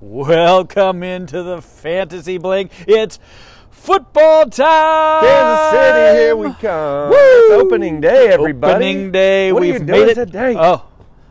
Welcome into the fantasy blink. It's football time. Kansas City, here we come. Woo! It's opening day, everybody. Opening day. What are We've you made doing it today? Oh,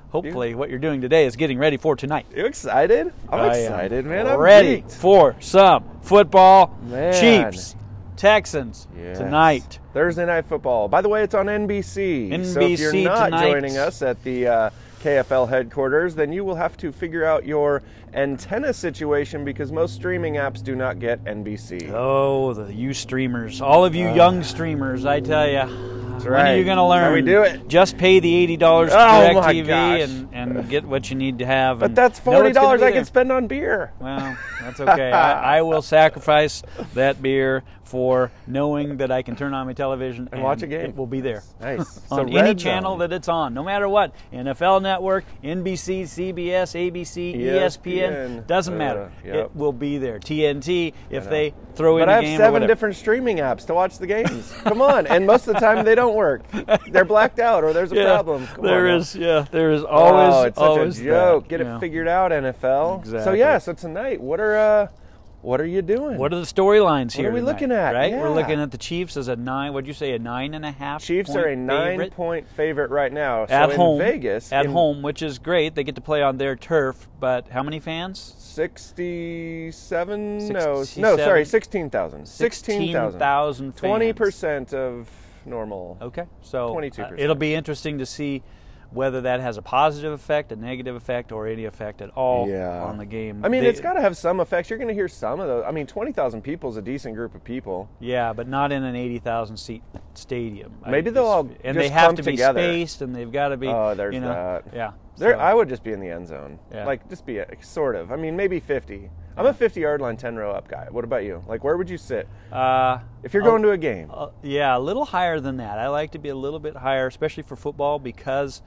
hopefully, what you're doing today is getting ready for tonight. You excited? I'm I am excited, man. I'm ready geeked. for some football. Man. Chiefs, Texans Yes. tonight. Thursday night football. By the way, it's on NBC. so if you're NBC not tonight. joining us at the uh, KFL headquarters, then you will have to figure out your antenna situation because most streaming apps do not get NBC. Oh, the you streamers, all of you young streamers, I tell you. When are Ah. right. you going to learn? How we do it. Just pay the eighty dollars to Oh, my DirecTV gosh. and, and get what you need to have. But that's forty dollars I can spend. spend on beer. Well, that's okay. I, I will sacrifice that beer for knowing that I can turn on my television and, watch a game. It will be there Nice. on So any Red channel Zone. that it's on, no matter what. NFL Network, NBC, CBS, ABC, ESPN, ESPN. doesn't Uh, matter. yep. It will be there. TNT, if they throw in But a I have game or seven whatever. different streaming apps to watch the games. Come on, and most of the time they don't work. They're blacked out, or there's a yeah, problem. Come there on now. is. Yeah, there is always. oh, it's such always a joke. that, Get yeah. it figured out, NFL. So Exactly. yeah, so tonight, what are uh, what are you doing? What are the storylines here? are we tonight, looking at? Right, Yeah. we're looking at the Chiefs as a nine. What'd you say? A nine and a half. Chiefs point are a favorite? nine-point favorite right now. So at in home, Vegas, at in home, which is great. They get to play on their turf. But how many fans? 67, no, no, 67. sorry, 16,000. 16,000. 16,000 fans. 20% of normal. Okay, so uh, 22%. it'll be interesting to see whether that has a positive effect, a negative effect, or any effect at all on the game. I mean, They- it's got to have some effects. You're going to hear some of those. I mean, 20,000 people is a decent group of people. Yeah, but not in an eighty thousand seat stadium. I- Maybe they'll all and just they have clump to be together. spaced, and they've got to be. Oh, there's you know, that. Yeah, There, so- I would just be in the end zone. Yeah. Like, just be a, sort of. I mean, maybe 50. I'm a 50 yard line, 10 row up guy. What about you? Like, where would you sit uh, if you're going to a game? Uh, yeah, a little higher than that. I like to be a little bit higher, especially for football, because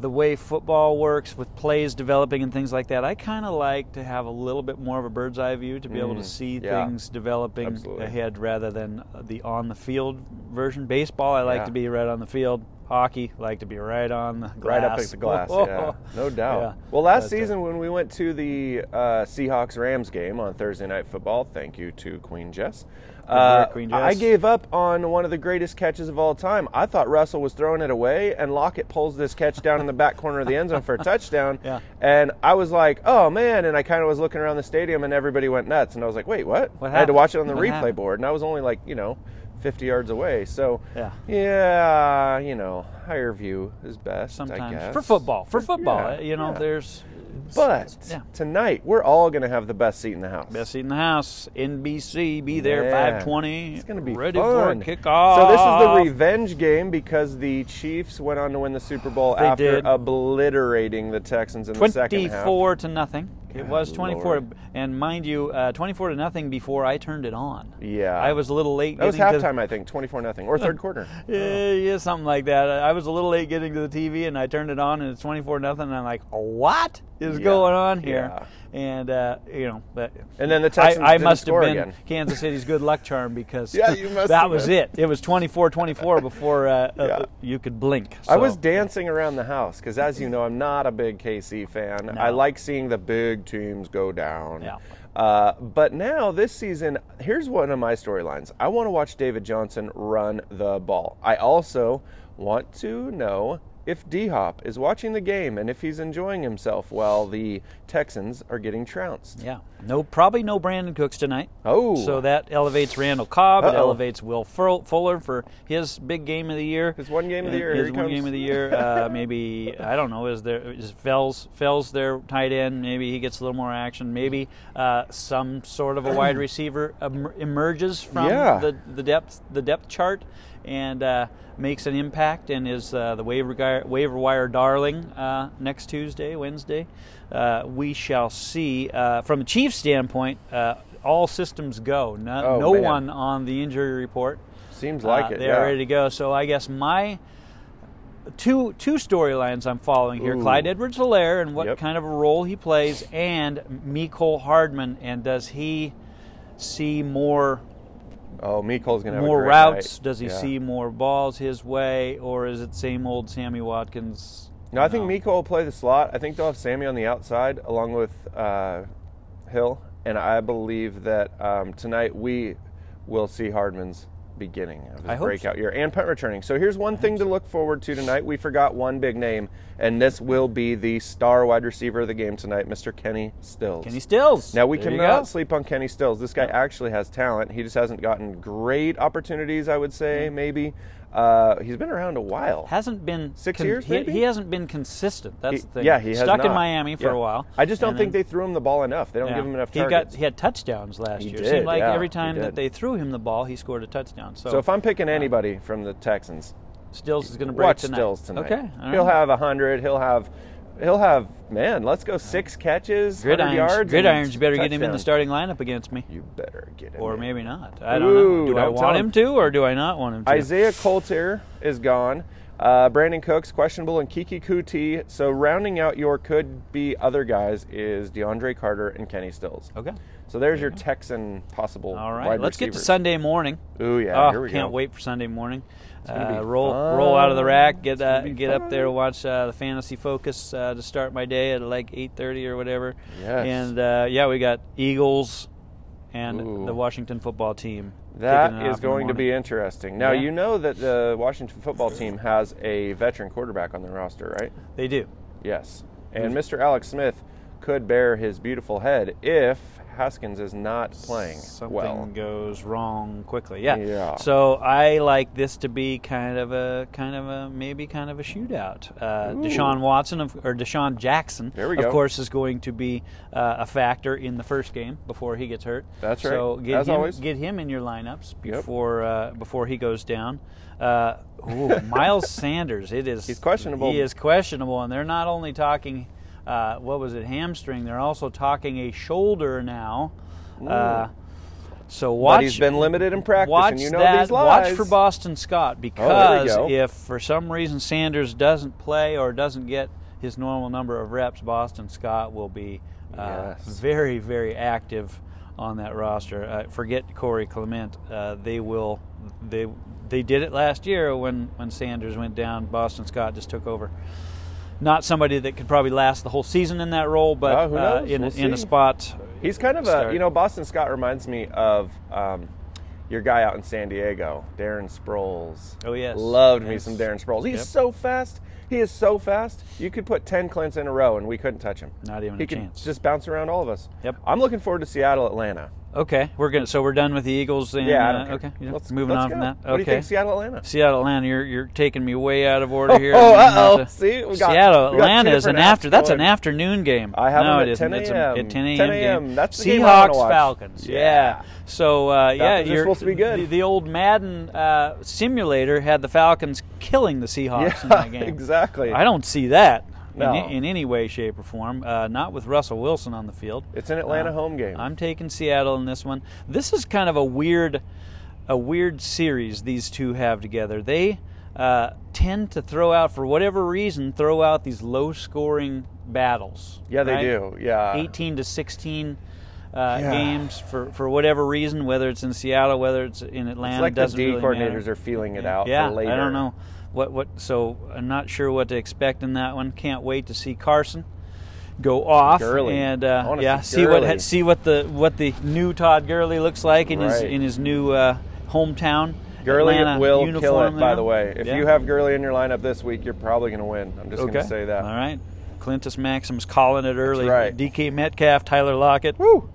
the way football works with plays developing and things like that, I kind of like to have a little bit more of a bird's eye view to be able to see Mm, yeah. things developing Absolutely. ahead rather than the on the field version. Baseball, I like Yeah. to be right on the field. Hockey, like to be right on the glass. Right up at the glass. Yeah, no doubt. Yeah. Well, last But, uh, season when we went to the uh, Seahawks Rams game on Thursday Night Football, thank you to Queen Jess. Uh, Queen I Jess. gave up on one of the greatest catches of all time. I thought Russell was throwing it away, and Lockett pulls this catch down in the back corner of the end zone for a touchdown. Yeah. And I was like, oh man. And I kind of was looking around the stadium, and everybody went nuts. And I was like, wait, what? What I had to happened? watch it on the What replay happened? board, and I was only like, you know, 50 yards away. So, Yeah. yeah, you know, higher view is best. I sometimes guess. for football, for football, yeah, uh, you know, yeah. there's But yeah. tonight we're all gonna have the best seat in the house. Best seat in the house, NBC. Be there, Yeah. 520. It's gonna be ready fun. for kickoff. So this is the revenge game because the Chiefs went on to win the Super Bowl They after did. obliterating the Texans in the second half. 24 to nothing. It was 24, Lord. and mind you, uh, 24 to nothing before I turned it on. Yeah. I was a little late. That was getting to the- halftime, I think, twenty-four nothing or third quarter. Yeah, yeah, something like that. I was a little late getting to the TV, and I turned it on, and it's twenty four nothing. And I'm like, what is Yeah, going on here? yeah. And uh, you know, but And then the Texans I, I didn't must have score been again. Kansas City's good luck charm because Yeah, you must that have was been. it. It was 24-24 before uh, Yeah. uh, you could blink. I was So, dancing around the house because, as you know, I'm not a big KC fan. I like seeing the big teams go down. Yeah. Uh, but now this season, here's one of my storylines. I want to watch David Johnson run the ball. I also want to know if D Hop is watching the game and if he's enjoying himself while the Texans are getting trounced. yeah, no, probably no Brandon Cooks tonight. Oh. so that elevates Randall Cobb. It Uh-oh. elevates Will Fur- Fuller for his big game of the year. His one game of the Uh, year, here His he one comes. game of the year. Uh, maybe I don't know. Is there is Fells Fells their tight end? Maybe he gets a little more action. Maybe uh, some sort of a wide receiver em- emerges from Yeah. the, the depth the depth chart and uh, makes an impact and is uh, the waiver guy, waiver wire darling uh, next Tuesday Wednesday. Uh, we shall see. Uh, from a Chiefs standpoint, uh, all systems go. No, Oh, no man. one on the injury report. Seems like Uh, it. They're yeah. ready to go. So I guess my two two storylines I'm following here: Ooh. Clyde Edwards-Helaire and what Yep. kind of a role he plays, and Mecole Hardman, and does he see more Oh, Meekole's gonna have a more great routes? night. Does he Yeah. see more balls his way, or is it same old Sammy Watkins? No, I think Miko will play the slot. I think they'll have Sammy on the outside along with uh, Hill, and I believe that um, tonight we will see Hardman's beginning of his I hope so. breakout year and punt returning. So here's one thing to look forward to tonight. We forgot one big name, and this will be the star wide receiver of the game tonight, Mr. Kenny Stills. Kenny Stills. Now we There you go. cannot sleep on Kenny Stills. This guy actually has talent. He just hasn't gotten great opportunities, I would Mm-hmm. say. Maybe uh, he's been around a while. hasn't been Six years, He, maybe? he hasn't been consistent. That's the He- thing. Yeah, he has stuck in not. Miami for Yeah. a while. I just don't and think then- they threw him the ball enough. They don't yeah. give him enough He got targets. he had touchdowns last He year. did, Seemed like yeah, every he time that did. they threw him the ball, he scored a touchdown. So, so if I'm picking anybody from the Texans, Stills is going to break watch tonight. Stills tonight. Okay, all he'll right. have hundred. He'll have, he'll have. Man, let's go six catches, 100 gridirons. yards. and gridirons better get him in the touchdowns. starting lineup against me, You better get him. or in. maybe not. I don't Ooh, know. Do I don't tell want him. him to, or do I not want him to? Isaiah Coulter is gone. Uh, Brandon Cooks questionable and Kiki Kuti. So rounding out your could be other guys is DeAndre Carter and Kenny Stills. Okay. So there's your Texan possible. All right. wide Let's get to receivers. Sunday morning. Ooh yeah, oh, here we can't go. wait for Sunday morning. gonna Uh, be roll, fun. roll out of the rack, get It's gonna uh, be get up there, fun. watch uh, the Fantasy Focus uh, to start my day at like eight thirty or whatever. Yes. And uh, yeah, we got Eagles and Ooh. the Washington football team. kicking That it off is in the going to morning. be interesting. Now Yeah. you know that the Washington football team has a veteran quarterback on their roster, right? They do. Yes. Hmm. And Mr. Alex Smith could bear his beautiful head if Haskins is not playing Something well. goes wrong quickly. Yeah. Yeah. So I like this to be kind of a kind of a maybe kind of a shootout. Uh, Deshaun Watson of, or Deshaun Jackson, There we of go. course, is going to be uh, a factor in the first game before he gets hurt. That's right. So get As him always. get him in your lineups Yep. before uh, before he goes down. Uh, ooh, Miles Sanders. It is He's questionable. He is questionable, and they're not only talking. Uh, what was it? Hamstring. They're also talking a shoulder now. Uh, so watch. but he's been limited in practice, watch and you know that. these lies. Oh, Watch for Boston Scott there you because go. if for some reason Sanders doesn't play or doesn't get his normal number of reps, Boston Scott will be uh, Yes. very, very active on that roster. Uh, forget Corey Clement. Uh, they will. They they did it last year when when Sanders went down. Boston Scott just took over. Not somebody that could probably last the whole season in that role, but Oh, who uh, knows? in a, We'll in a see. spot. He's kind of a, Start. you know, Boston Scott reminds me of um, your guy out in San Diego, Darren Sproles. Oh, yes. loved me Yes. some Darren Sproles. He's Yep. so fast. He is so fast. You could put ten clints in a row and we couldn't touch him. Not even he a could chance. Just bounce around all of us. Yep. I'm looking forward to Seattle, Atlanta. Okay, we're gonna. So we're done with the Eagles. And, yeah. I uh, don't care. okay. yeah, Let's moving let's on from go. that. Okay. What do you think, Seattle, Atlanta? Seattle, Atlanta, you're you're taking me way out of order here. oh, I'm gonna uh-oh. have to- See, we got- Seattle, we got two Atlanta is an different apps after. That's an going. afternoon game. I have no, them it at isn't. 10 It's a, a.m.. at 10 a.m. 10 game. a.m., that's the game I wanna Seahawks, watch. Falcons. Yeah. Yeah. So uh, yeah, Falcons are you're supposed to be good. The, the old Madden uh, simulator had the Falcons killing the Seahawks in that game. exactly. I don't see that. No. In, in any way, shape, or form, uh, not with Russell Wilson on the field. It's an Atlanta Uh, home game. I'm taking Seattle in this one. This is kind of a weird, a weird series these two have together. They uh, tend to throw out, for whatever reason, throw out these low-scoring battles. yeah, they right? do. Yeah. 18 to 16 uh, Yeah. games for, for whatever reason, whether it's in Seattle, whether it's in Atlanta. It's like the doesn't D really coordinators matter. are feeling it out Yeah, for later. I don't know what what. So I'm not sure what to expect in that one. Can't wait to see Carson go off Gurley. and uh, I wanna yeah, see see Gurley. what see what the what the new Todd Gurley looks like in his Right. in his new uh, hometown. Gurley Atlanta will kill it, uniform by there. the way. If Yeah. you have Gurley in your lineup this week, you're probably going to win. I'm just going to say that. All right, Clintus Maxim's calling it early. right. DK Metcalf, Tyler Lockett, Woo!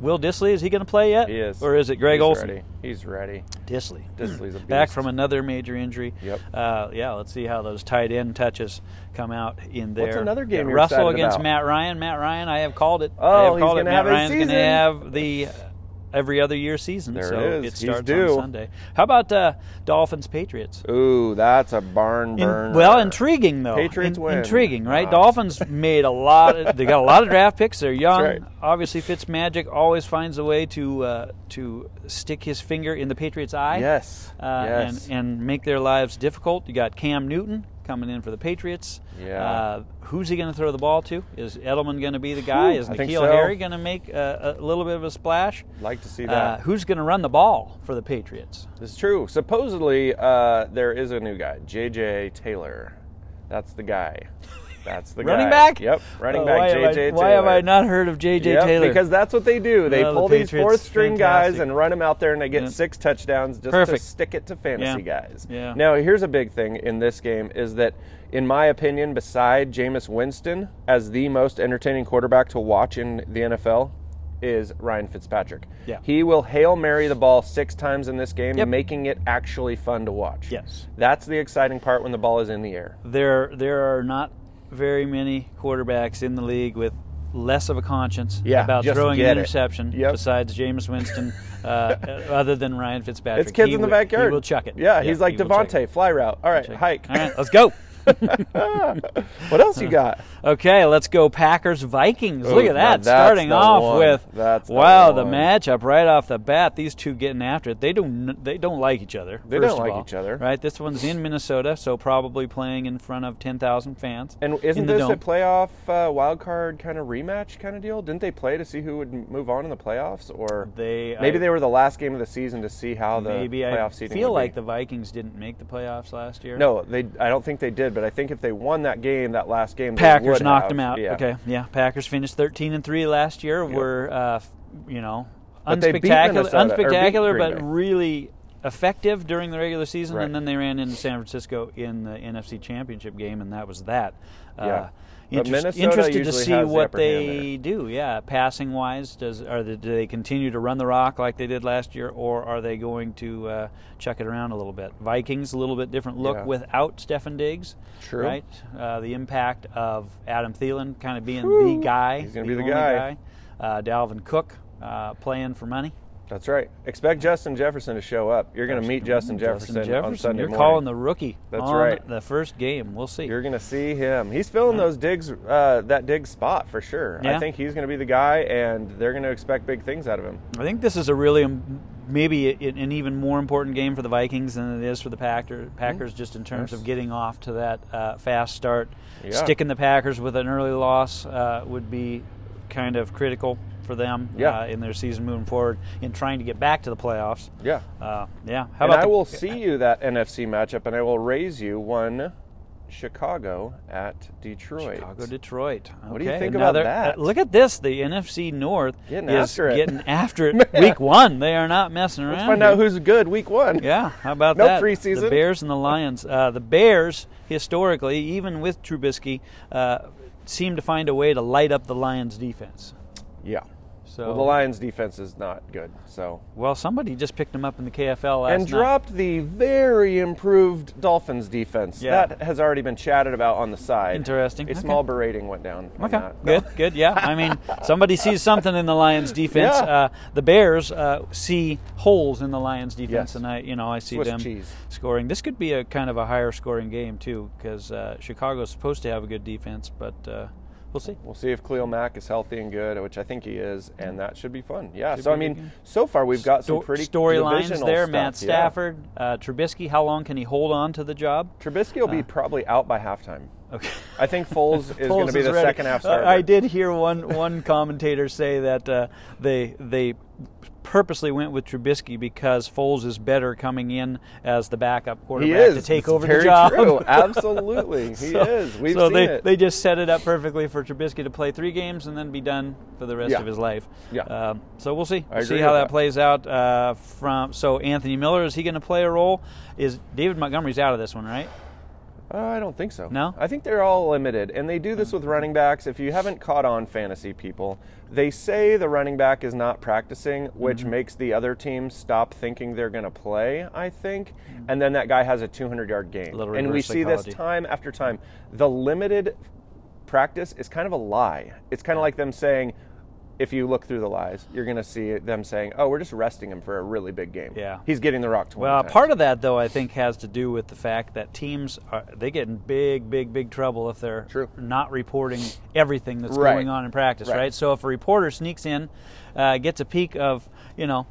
Will Disley. Is he going to play yet? He is. Or is it Greg He's Olson? Ready. He's ready. Disley. Disley's a beast. back from another major injury. Yep. Uh, yeah, let's see how those tight end touches come out in there. another game Yeah, you're Russell excited against about? Matt Ryan. Matt Ryan, I have called it. Oh, I have he's called it. gonna Matt have his Ryan's season. to have the uh, every other year season. There so it is. it He's starts due. on Sunday. How about uh, Dolphins Patriots? Ooh, that's a barn In- burner. well, intriguing though. Patriots win. Intriguing, right? Ah. Dolphins made a lot. Of, they got a lot of draft picks. They're young. right. Obviously, Fitzmagic always finds a way to uh, to stick his finger in the Patriots' eye Yes. uh, yes. and, and make their lives difficult. You got Cam Newton, coming in for the Patriots. Yeah. Uh, who's he going to throw the ball to? Is Edelman going to be the guy? Whew, Is I think Nikhil so. Harry going to make a, a little bit of a splash? Like to see Uh, that. who's going to run the ball for the Patriots? It's true. Supposedly, uh, there is a new guy, JJ Taylor. That's the guy. That's the running guy. back? Yep, running Oh, back. why have I- JJ Taylor. Why have I not heard of JJ Yep, Taylor? Because that's what they do. They Well, the pull these Patriots, fourth string guys fantastic. and run them out there, and they get Yeah. six touchdowns just Perfect. to stick it to fantasy Yeah. guys. Yeah. Now, here's a big thing in this game is that, in my opinion, beside Jameis Winston as the most entertaining quarterback to watch in the NFL, is Ryan Fitzpatrick. Yeah. He will hail Mary the ball six times in this game, Yep. making it actually fun to watch. Yes. That's the exciting part when the ball is in the air. there there are not very many quarterbacks in the league with less of a conscience Yeah, about just throwing an get it. interception Yep. besides Jameis Winston, uh, other than Ryan Fitzpatrick. It's kids He in the wi- backyard. He will chuck it. Yeah, he's like he will chuck Devontae, it. fly route. All right, Chuck it. hike. All right, let's go. what else you got? Okay, let's go Packers Vikings. Look Ooh, at now that. that's Starting the off one. with That's the wow, the one. matchup right off the bat. These two getting after it. They don't they don't like each other. They first of don't like all, each other. Right. This one's in Minnesota, so probably playing in front of ten thousand fans. And in isn't the this dome. a playoff uh, wild card kind of rematch kind of deal? Didn't they play to see who would m- move on in the playoffs, or They maybe I- they were the last game of the season to see how the maybe I playoff seating feel would like be. the Vikings didn't make the playoffs last year. no, they. I don't think they did, but I think if they won that game, that last game, they Packers would knocked have. them out. Yeah. Okay, yeah. Packers finished thirteen and three last year. Were uh, f- you know But they beat unspectacular, Minnesota, or beat unspectacular, Green but Bay. really effective during the regular season, Right. and then they ran into San Francisco in the NFC Championship game, and that was that. Yeah. Uh, But interest- Minnesota interested to usually see has the what upper hand they do. Yeah, passing wise, does are they, do they continue to run the rock like they did last year, or are they going to uh, chuck it around a little bit? Vikings a little bit different look Yeah. without Stefan Diggs. True. Right. Uh, the impact of Adam Thielen kind of being the guy. He's gonna be the only guy. Uh, Dalvin Cook uh, playing for money. That's right. Expect Justin Jefferson to show up. You're going to meet Justin Jefferson, on Sunday You're morning. calling the rookie. That's on right. The first game. We'll see. You're gonna see him. He's filling those digs, uh, that dig spot for sure. Yeah. I think he's gonna be the guy, and they're gonna expect big things out of him. I think this is a really im- maybe i- an even more important game for the Vikings than it is for the Packer, Packers, just in terms of getting off to that uh, fast start. Yeah. Sticking the Packers with an early loss uh, would be kind of critical for them Yeah. uh, in their season moving forward in trying to get back to the playoffs. Yeah. Uh, yeah. How And about I the- will see you that NFC matchup, and I will raise you one Chicago at Detroit. Chicago, Detroit. Okay. do you think about another, that? uh, look at this. The NFC North Getting is after it. getting after it. Week one, they are not messing around. Let's find here. out who's good week one. Yeah, how about No that? preseason. The Bears and the Lions. Uh, the Bears, historically, even with Trubisky, uh, seem to find a way to light up the Lions' defense. Yeah. So, well, the Lions' defense is not good, so well, somebody just picked them up in the KFL last and night. dropped the very improved Dolphins defense. Yeah. That has already been chatted about on the side. Interesting. A Okay. small berating went down. on Okay, that. good, good. Yeah, I mean, somebody sees something in the Lions' defense. Yeah. Uh, the Bears uh, see holes in the Lions' defense, Yes. and I, you know, I see Swiss them cheese. scoring. This could be a kind of a higher scoring game too, because uh, Chicago's supposed to have a good defense, but uh, we'll see. We'll see if Cleo Mack is healthy and good, which I think he is, and that should be fun. Yeah. Should so I be a good mean, game. so far we've got some Sto- pretty storylines divisional there. stuff, Matt yeah. Stafford, uh, Trubisky. How long can he hold on to the job? Trubisky will be probably out by halftime. Uh. Okay. I think Foles is going Foles to be is the ready. second half Uh, starter. I did hear one one commentator say that uh, they they purposely went with Trubisky because Foles is better coming in as the backup He quarterback is to take over Very the job. True. Absolutely, he So- is. We've so seen they, it. they just set it up perfectly for Trubisky to play three games and then be done for the rest Yeah. of his life. Yeah. Um, so we'll see. I We'll see agree how with that, that. plays out. Uh, from so Anthony Miller is he going to play a role? Is David Montgomery's out of this one, right? Uh, I don't think so. No? I think they're all limited, and they do this with running backs. If you haven't caught on, fantasy people, they say the running back is not practicing, which Mm-hmm. makes the other team stop thinking they're going to play. I think, and then that guy has a 200-yard game, Mm-hmm. Little and we reverse see psychology. this time after time. The limited practice is kind of a lie. It's kind of like them saying. If you look through the lies, you're going to see them saying, "Oh, we're just resting him for a really big game." Yeah. he's getting the rock 20 Well, times. part of that though, I think, has to do with the fact that teams are they get in big, big, big trouble if they're True. not reporting everything that's Right. going on in practice, right. Right. So if a reporter sneaks in, uh, gets a peek of you know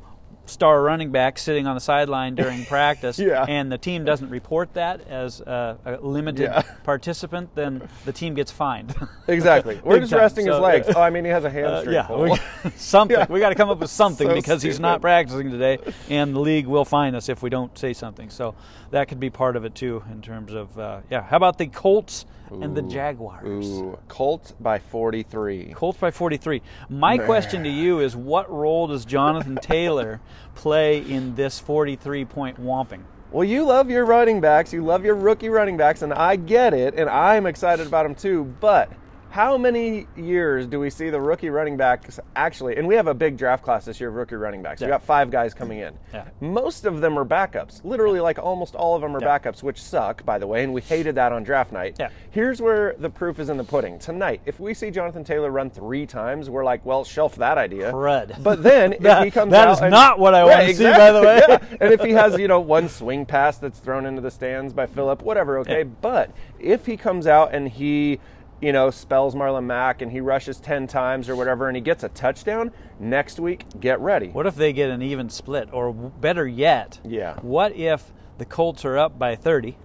star running back sitting on the sideline during practice, Yeah. and the team doesn't report that as uh, a limited Yeah. participant, then the team gets fined. Exactly. We're Big just time, resting his so- legs. Oh, I mean, he has a hamstring Uh, yeah, pull. we, something. Yeah. We got to come up with something So because he's not stupid. practicing today, and the league will fine us if we don't say something. So that could be part of it too, in terms of uh, yeah. How about the Colts and the Jaguars? Ooh, Colts by 43. Colts by 43. My question to you is what role does Jonathan Taylor play in this 43 point whomping? Well, you love your running backs. You love your rookie running backs, and I get it, and I'm excited about them too. But how many years do we see the rookie running backs actually? And we have a big draft class this year of rookie running backs. We Yeah. got five guys coming in. Yeah. Most of them are backups. Literally, like almost all of them are Yeah. backups, which suck, by the way. And we hated that on draft night. Yeah. Here's where the proof is in the pudding. Tonight, if we see Jonathan Taylor run three times, we're like, well, shelf that idea. Crud. But then if That- he comes that out, is not what I wanna see, by the way. Yeah and if he has, you know, one swing pass that's thrown into the stands by Phillip, whatever, okay. Yeah. But if he comes out and he, you know, spells Marlon Mack and he rushes 10 times or whatever and he gets a touchdown, next week, get ready. What if they get an even split? Or w- better yet, Yeah. what if the Colts are up by 30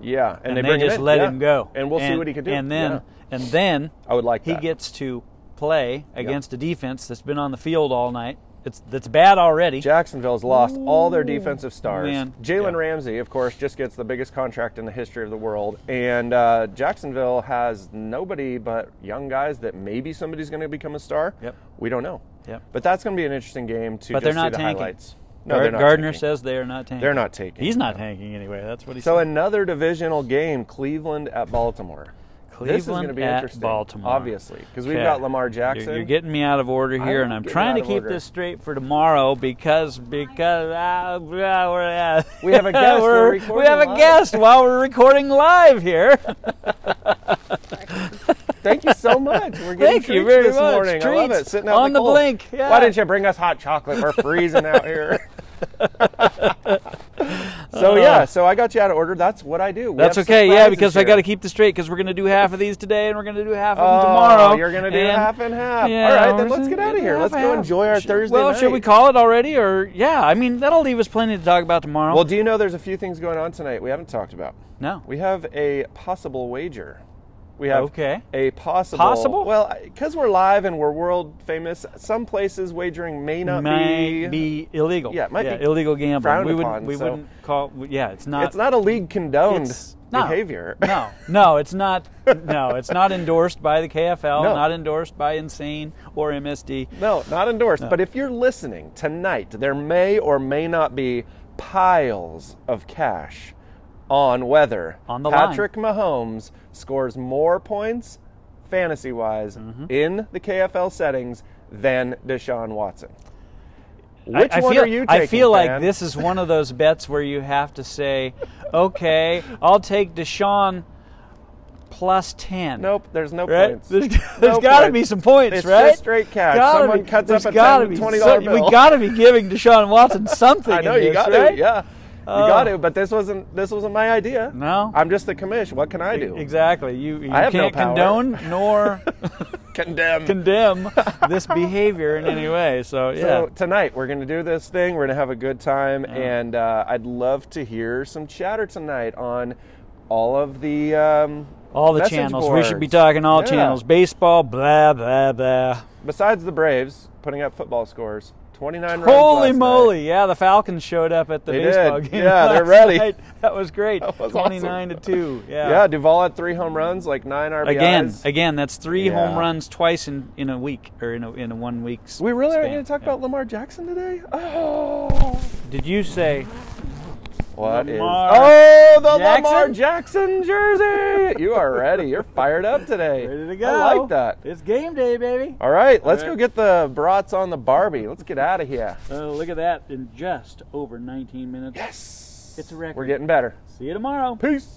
Yeah. And, and, they, they, bring him just in, let yeah. him go? And we'll see what he can do. And then, Yeah. and then I would like he that. gets to play against a defense that's been on the field all night. It's That's bad already. Jacksonville's lost all their defensive stars. man. Jalen Yeah. Ramsey, of course, just gets the biggest contract in the history of the world. And uh, Jacksonville has nobody but young guys that maybe somebody's going to become a star. Yep. We don't know. Yep. But that's going to be an interesting game to But just they're not see the tanking. highlights. No, Gar- they're not Gardner tanking. says they are not tanking. They're not tanking, He's not tanking anyway. That's what he So said. another divisional game, Cleveland at Baltimore. this is going to Cleveland be at interesting. Baltimore. Obviously, because we've Okay. got Lamar You're- Jackson. You're, getting me out of order here, am and I'm getting trying out to of keep order. this straight for tomorrow because because ah, ah, we're, ah, We have a guest. We're We're- we recording have a live. guest while we're recording live here. Thank you so much. We're getting Thank you treats very this much. morning. I love it. Treats Sitting out in on the cold. blink. Yeah. Why didn't you bring us hot chocolate? We're freezing out here. so yeah, so I got you out of order. That's what I do. We Uh. That's have okay, yeah, surprises because I got to here. keep this straight because we're going to do half of these today and we're going to do half of Oh, them tomorrow. you're gonna do and- half and half. Yeah, All right, then we're let's gonna get out do of here. half Let's and go half. enjoy our Sh- Thursday Well, should night. we call it already, or yeah? I mean, that'll leave us plenty to talk about tomorrow. Well, do you know there's a few things going on tonight we haven't talked about? no, We have a possible wager. We have Okay. a possible Possible? Well, because we're live and we're world famous, some places wagering may not might be illegal. Yeah, it might be illegal gambling. frowned We wouldn't. upon, we so- wouldn't call. Yeah, it's not. it's not a league condoned it's- no, behavior. no, no, it's not. No, it's not endorsed by the KFL. No. Not endorsed by Insane or MSD. No, not endorsed. But if you're listening tonight, there may or may not be piles of cash on whether On the Patrick Mahomes scores more points fantasy wise Mm-hmm. in the KFL settings than Deshaun Watson. I- Which I, one feel, are you taking? I feel like Fran? this is one of those bets where you have to say, okay, I'll take Deshaun plus 10. Nope, there's no Right? points. There's, No there's got to points. be some points, It's right? just straight cash. Gotta Someone cuts there's up a gotta 10 be $20 some- bill. We got to be giving Deshaun Watson something. I know in you this, got right? to, yeah. You Oh. got to, but this wasn't this wasn't my idea. No? I'm just the commish. What can I do? Exactly. You, you I have no can't power. condone nor Condemn. condemn this behavior in any way. So, yeah. So tonight we're going to do this thing. We're going to have a good time, and uh, I'd love to hear some chatter tonight on all of the um, all the message channels. We should be boards. talking all Yeah. channels. Baseball, blah, blah, blah. Besides the Braves putting up football scores, twenty nine. Holy moly! Yeah, the Falcons showed up at the They baseball did. game. Yeah, last they're ready. night. That was great. was Twenty-nine awesome. to two. Yeah. Yeah. Duvall had three home runs, like nine RBIs. Again, again, that's three home Yeah. runs twice in, in a week or in a, in a one week. s- we really aren't span. going to talk Yeah. about Lamar Jackson today. Oh, Did you say what is? Lamar Oh, the Jackson? Lamar Jackson jersey. You are ready. You're fired up today. ready to go? I like that. It's game day, baby. All right, let's All go right. get the brats on the Barbie. Let's get out of here. Oh, look at that! In just over 19 minutes. Yes. It's a record. We're getting better. See you tomorrow. Peace.